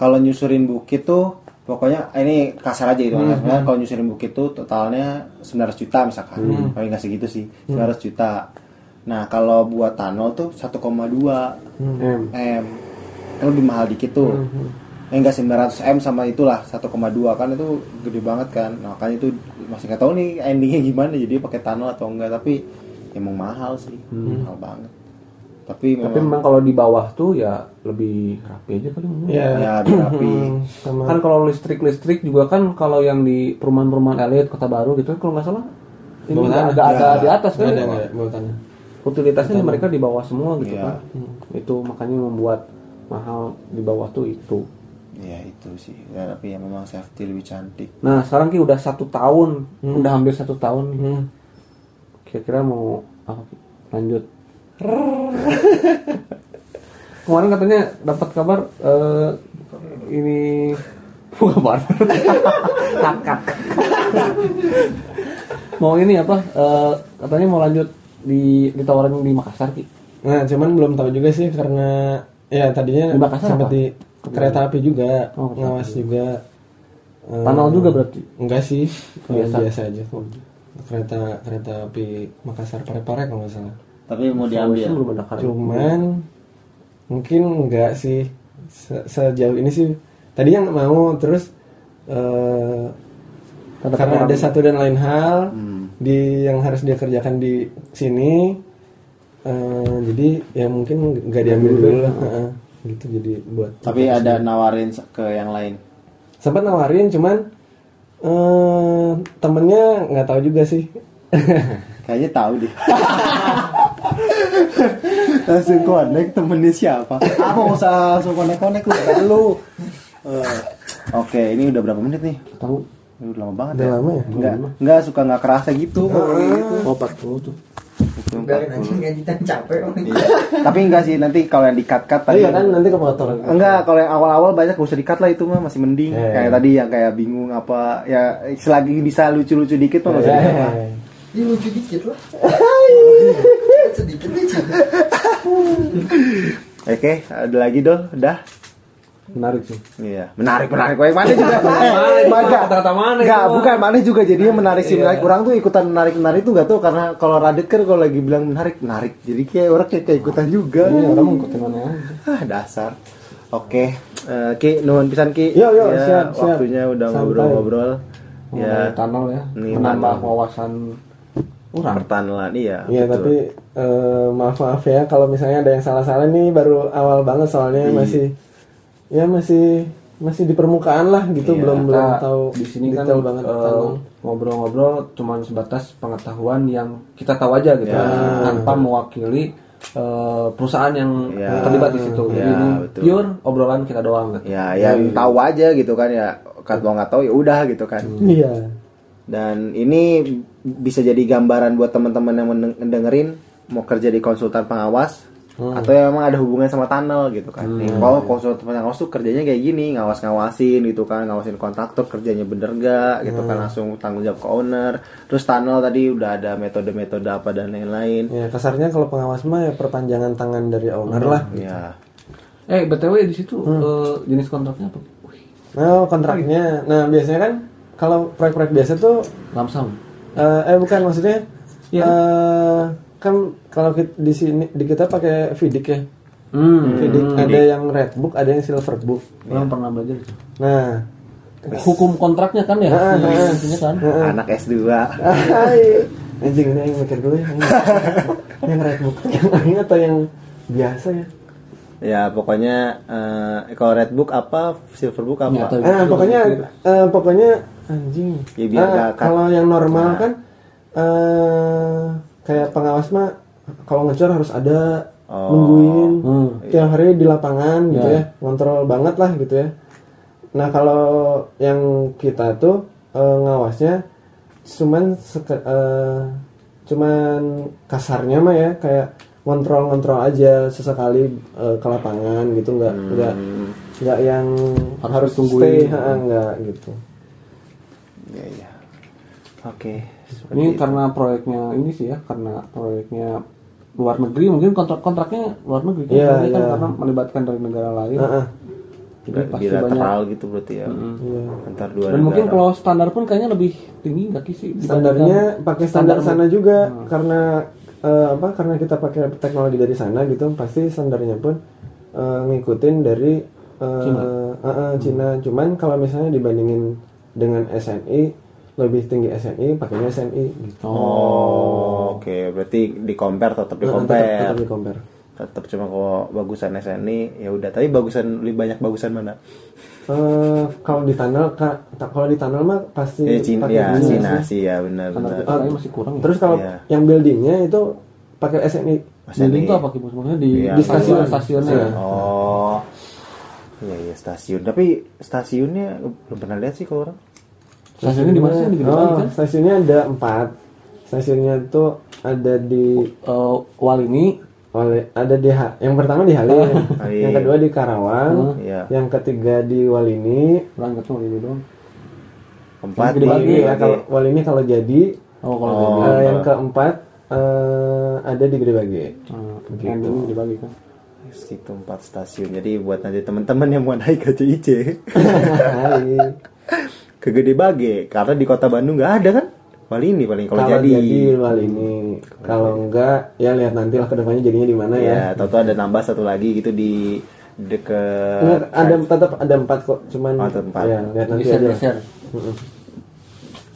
Kalau nyusurin bukit tuh pokoknya eh, ini kasar aja gitu kan. Sebenarnya Kalau nyusurin bukit tuh totalnya 900 juta misalkan. Paling nggak segitu sih. 900 juta. Nah, kalau buat tunnel tuh 1,2
Em,
M. Kan lebih mahal dikit tuh.
Mhm.
Eh, enggak 900 M sama itulah 1,2 kan itu kan gede banget kan. Nah, makanya itu masih nggak tahu nih endingnya gimana jadi pakai tunnel atau enggak tapi emang mahal sih mahal banget tapi
Hmm. Tapi
memang
memang kalau di bawah tuh ya lebih rapi aja kali mungkin.
ya
ya lebih rapi
sama
Kan kalau listrik-listrik juga kan kalau yang di perumahan-perumahan elit kota baru gitu kan kalau nggak salah ini
Bawah
udah
tanah.
agak agak di atas kan.
ada
ya?
nggak bawah tanah
Utilitasnya mereka di bawah semua gitu
Iya.
kan. Itu makanya membuat mahal di bawah tuh itu.
ya itu sih ya, tapi ya memang safety lebih cantik
Nah sekarang Ki udah satu tahun, udah hampir satu tahun nih. Kira-kira mau apa Ki? Lanjut. Kemarin katanya dapat kabar eh, ini bukan barber. Kak, kak. mau ini apa? eh, katanya mau lanjut di ditawarin di Makassar Ki.
nah cuman belum tahu juga sih karena ya tadinya
Di Makassar
sempat
apa?
di kereta api juga
Oh, kereta
ngawas juga Eh,
Panel juga berarti.
enggak sih Eh,
Biasa. Oh.
biasa. aja kereta kereta api Makassar Parepare kalau nggak salah
tapi mau
Sulawesi
diambil
belum ada kali.
cuman mungkin enggak sih Se- sejauh ini sih tadi yang mau terus eh,
Tetap
karena
orang-
ada satu dan lain hal di yang harus dia kerjakan di sini eh, jadi ya mungkin nggak diambil dulu lah Heeh. gitu jadi buat
tapi ada nawarin ke yang lain
sempat nawarin cuman eh, temennya nggak tahu juga sih
kayaknya tahu deh langsung connect temennya siapa apa nggak usah langsung connect connect lu kan lu Eh, oke ini udah berapa menit nih
Tahu?
Ini udah lama banget
Udah
ya
lama ya?
nggak nggak suka nggak kerasa gitu kalau gitu
Oh 40 tuh.
Biarin aja editan capek Oh, orang.
Iya. tapi enggak sih nanti kalau yang dikat cut tadi
Iya, kan? nanti ke motor
Enggak, kalau yang awal-awal banyak gak usah dikat lah itu mah masih mending.
Eh.
Kayak tadi yang kayak bingung apa ya selagi bisa lucu-lucu dikit
Ya,
mah
Iya,
masih
Ini lucu dikit lah. Sedikit aja.
Oke, ada lagi dol, dah.
Menarik sih.
Iya, menarik menarik. Kayak mana juga?
Menarik,
Mangga.
kata-kata mana itu, Iya.
Enggak,
Bang?
bukan mana juga jadinya menarik sih menarik. Orang tuh ikutan menarik menarik tuh nggak tahu karena kalau Radit kan kalau lagi bilang menarik menarik, jadi kayak orang kayak kayak ikutan juga.
Ini Iya, orang mau ikutin mana aja.
Ah dasar. Oke, eh, Ki, nuhun pisan Ki.
Yo, yo,
Ya,
siap, siap.
Waktunya udah
Santai.
ngobrol-ngobrol.
ya.
Ya,
tunnel ya
Ini
menambah
tunnel.
wawasan orang
pertanelan iya.
Gitu.
Iya
betul.
tapi eh, maaf maaf ya kalau misalnya ada yang salah-salah nih baru awal banget soalnya
Iya.
masih ya masih masih di permukaan lah gitu belum belum
Kita
tahu
Iya, di sini kan
detail banget
eh,
tentang-
ngobrol-ngobrol cuman sebatas pengetahuan yang kita tahu aja gitu tanpa mewakili eh, perusahaan yang
Ya.
terlibat di situ
Ya,
jadi ini
betul.
pure obrolan kita doang gitu
Ya, yang tahu aja gitu kan ya. Kalau nggak tahu ya udah gitu kan.
iya
Dan ini bisa jadi gambaran buat teman-teman yang mendeng- mendengerin mau kerja di konsultan pengawas
Hmm.
atau yang memang ada hubungan sama tunnel gitu kan. Nih, kalau konsultan pengawas tuh kerjanya kayak gini, ngawas-ngawasin gitu kan, ngawasin kontraktor kerjanya bener gak gitu
Hmm.
kan langsung tanggung jawab ke owner. Terus tunnel tadi udah ada metode-metode apa dan lain-lain.
ya kasarnya kalau pengawas mah ya perpanjangan tangan dari owner
Iya.
lah
Ya.
eh btw di situ eh, jenis kontraknya apa Wih,
nah kontraknya nah biasanya kan kalau proyek-proyek biasa tuh
lamsam
eh, eh bukan maksudnya
Iya.
eh, kan kalau kit- di sini di kita pakai vidik ya
hmm.
vidik ada yang red book ada yang silver book
Ya.
orang pernah belajar itu
nah
hukum kontraknya kan ya
Heeh, heeh.
intinya kan
Anak S2.
Hai. Anjing ini yang mikir dulu ya. Yang red book yang ini atau yang biasa ya?
Ya, pokoknya eh kalau red book apa, silver book apa?
Nyata.
Ah, pokoknya eh, pokoknya anjing.
gitu? Ya, biar
Ah,
nggak Nah. cut.
kalau yang normal kan eh kayak pengawas mah kalau ngecor harus ada
Oh.
nungguin
Hmm.
tiap hari di lapangan gitu ya, ngontrol banget lah gitu ya. Nah kalau yang kita tuh eh, ngawasnya cuman seke- eh, cuman kasarnya mah ya kayak ngontrol-ngontrol aja sesekali eh, ke lapangan gitu nggak nggak
Hmm.
nggak yang harus, tungguin stay, ha, nggak gitu.
Iya, iya. Oke.
Ini
Iya.
karena proyeknya ini sih ya, karena proyeknya luar negeri mungkin kontrak-kontraknya luar negeri kan,
Iya,
Jadi kan
iya.
karena melibatkan dari negara lain.
Heeh.
Jadi pasti banyak. Hmm.
bilateral gitu berarti ya antar dua
Dan mungkin kalau standar pun kayaknya lebih tinggi nggak sih dibandingkan-
Standarnya pakai standar sana juga
Hmm.
karena eh, apa? Karena kita pakai teknologi dari sana gitu, pasti standarnya pun eh, ngikutin dari
Hmm.
eh, eh, eh, Cina. Cuman kalau misalnya dibandingin dengan SNI lebih tinggi SNI pakainya SNI gitu.
Oh, oke. Berarti di compare tetap di
Nah, tetap-
compare.
tetap di compare.
Tetap cuma kalau bagusan SNI ya udah. Tapi bagusan lebih banyak bagusan mana?
Eh, kalau di tunnel ka- ta- kalau di tunnel mah pasti
Ya,
Iya,
Cina,
pakai
ya,
Cina
Cina
sih.
sih ya benar
Karena
benar.
kita masih kurang ya.
Ah, Terus kalau
Iya.
yang buildingnya itu pakai SNI.
Jadi itu apa gitu sebenarnya di,
Iya,
di
betul.
stasiun stasiunnya. ya?
Iya.
Oh. Iya, iya stasiun. Tapi stasiunnya belum pernah lihat sih kalau orang.
Stasiunnya di mana sih? Di Gedung
Oh,
Kali kan?
Stasiunnya ada empat. Stasiunnya itu ada di
Eh, Walini,
oleh ada di Ha- yang pertama di Halim,
Halim.
yang kedua di Karawang,
Iya.
yang ketiga di Walini.
berangkatnya Walini doang.
Empat iya.
Gede banget
Ini
nih.
ya, kalau Walini kalau jadi
Oh kalau
Oh.
eh, yang keempat eh, ada di Gede Bage.
Oh,
gitu. endingnya dibagi kan.
Situ empat stasiun. Jadi buat nanti teman-teman yang mau naik KCIC
Hai.
ke Gede Bage karena di kota Bandung nggak ada kan? Walini paling kalau jadi.
Walini, kalau enggak ya lihat nantilah kedepannya jadinya di mana ya.
Ya, tahu ada nambah satu lagi gitu di
Enggak,
deket
ada tetap ada empat kok, cuman
Oh, tetap empat.
ya, lihat nanti
Geser
aja. Iya.
geser. Iya,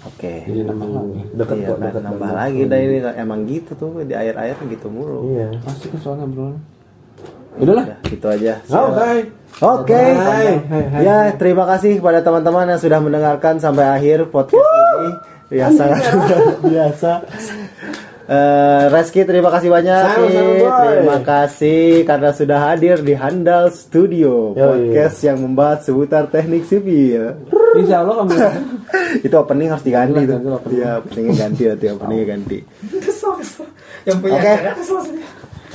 Oke.
Jadi nambah lagi.
Dekat
Iya,
kok,
kan,
dekat
nambah
banget. Hmm.
lagi dah ini emang gitu tuh di air-air gitu mulu.
Iya.
Masih kan soalnya bro. Udahlah.
Udah, gitu aja.
Oh,
Oke.
Oke.
Hai, hai, hai.
Ya, terima kasih kepada teman-teman yang sudah mendengarkan sampai akhir podcast ini. Ya sangat luar biasa. Eh, Reski terima kasih banyak.
Sama-sama,
Ih,
boy.
terima kasih karena sudah hadir di Handal Studio
Yoi.
podcast yang membahas seputar teknik sipil.
Insya Allah kami.
itu opening harus diganti
Ganti
itu.
lah, ganti lah opening.
Iya, openingnya ganti nanti openingnya ganti.
Kesel, kesel. Yang punya
Oke.
acara kesel sih.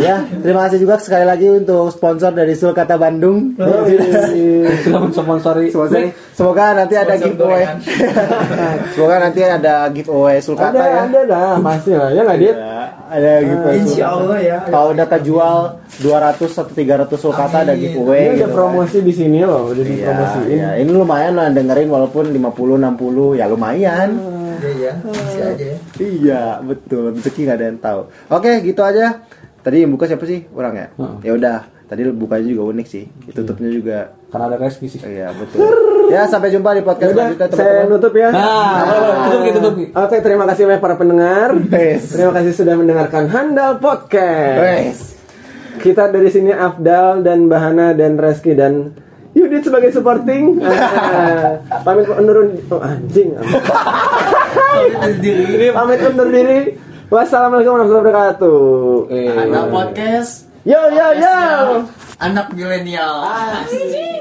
Ya, terima kasih juga sekali lagi untuk sponsor dari Sulkata Bandung.
Oh, iya,
Sudah mensponsori.
Semoga, semoga nanti ada
Sponsor
giveaway.
gorengan.
semoga nanti ada giveaway sulkata
Ada,
ya.
ada lah, pasti lah. Ya nggak, Dit?
Ya, ada giveaway.
Insya
sulkata.
Allah ya.
Kalau udah kejual 200 atau 300 sulkata ada
Amin.
giveaway.
Ini
gitu
udah
kan.
promosi di sini loh, udah
Iya,
dipromosiin.
iya. ini lumayan lah dengerin walaupun 50 60 ya lumayan.
Hmm.
Iya, iya. Bisa aja ya.
Iya, betul. Rezeki nggak ada yang tahu. Oke, gitu aja. Tadi yang buka siapa sih? Orang ya? Ya udah, tadi bukanya juga unik sih. Tutupnya
Iya.
juga
Karena ada reski sih.
Iya, betul. Ya, sampai jumpa di podcast
Udah,
selanjutnya,
saya
teman-teman.
nutup ya.
Nah, tutup gitu tutup.
Oke, terima kasih banyak para pendengar.
Yes.
Terima kasih sudah mendengarkan Handal Podcast.
Guys.
Kita dari sini Afdal dan Bahana dan Reski dan Yudit sebagai supporting. Ah, pamit undur oh, anjing. pamit undur diri. Wassalamualaikum warahmatullahi wabarakatuh.
Eh.
Nah,
Anak podcast.
Yo yo yo.
Anak milenial. Asik.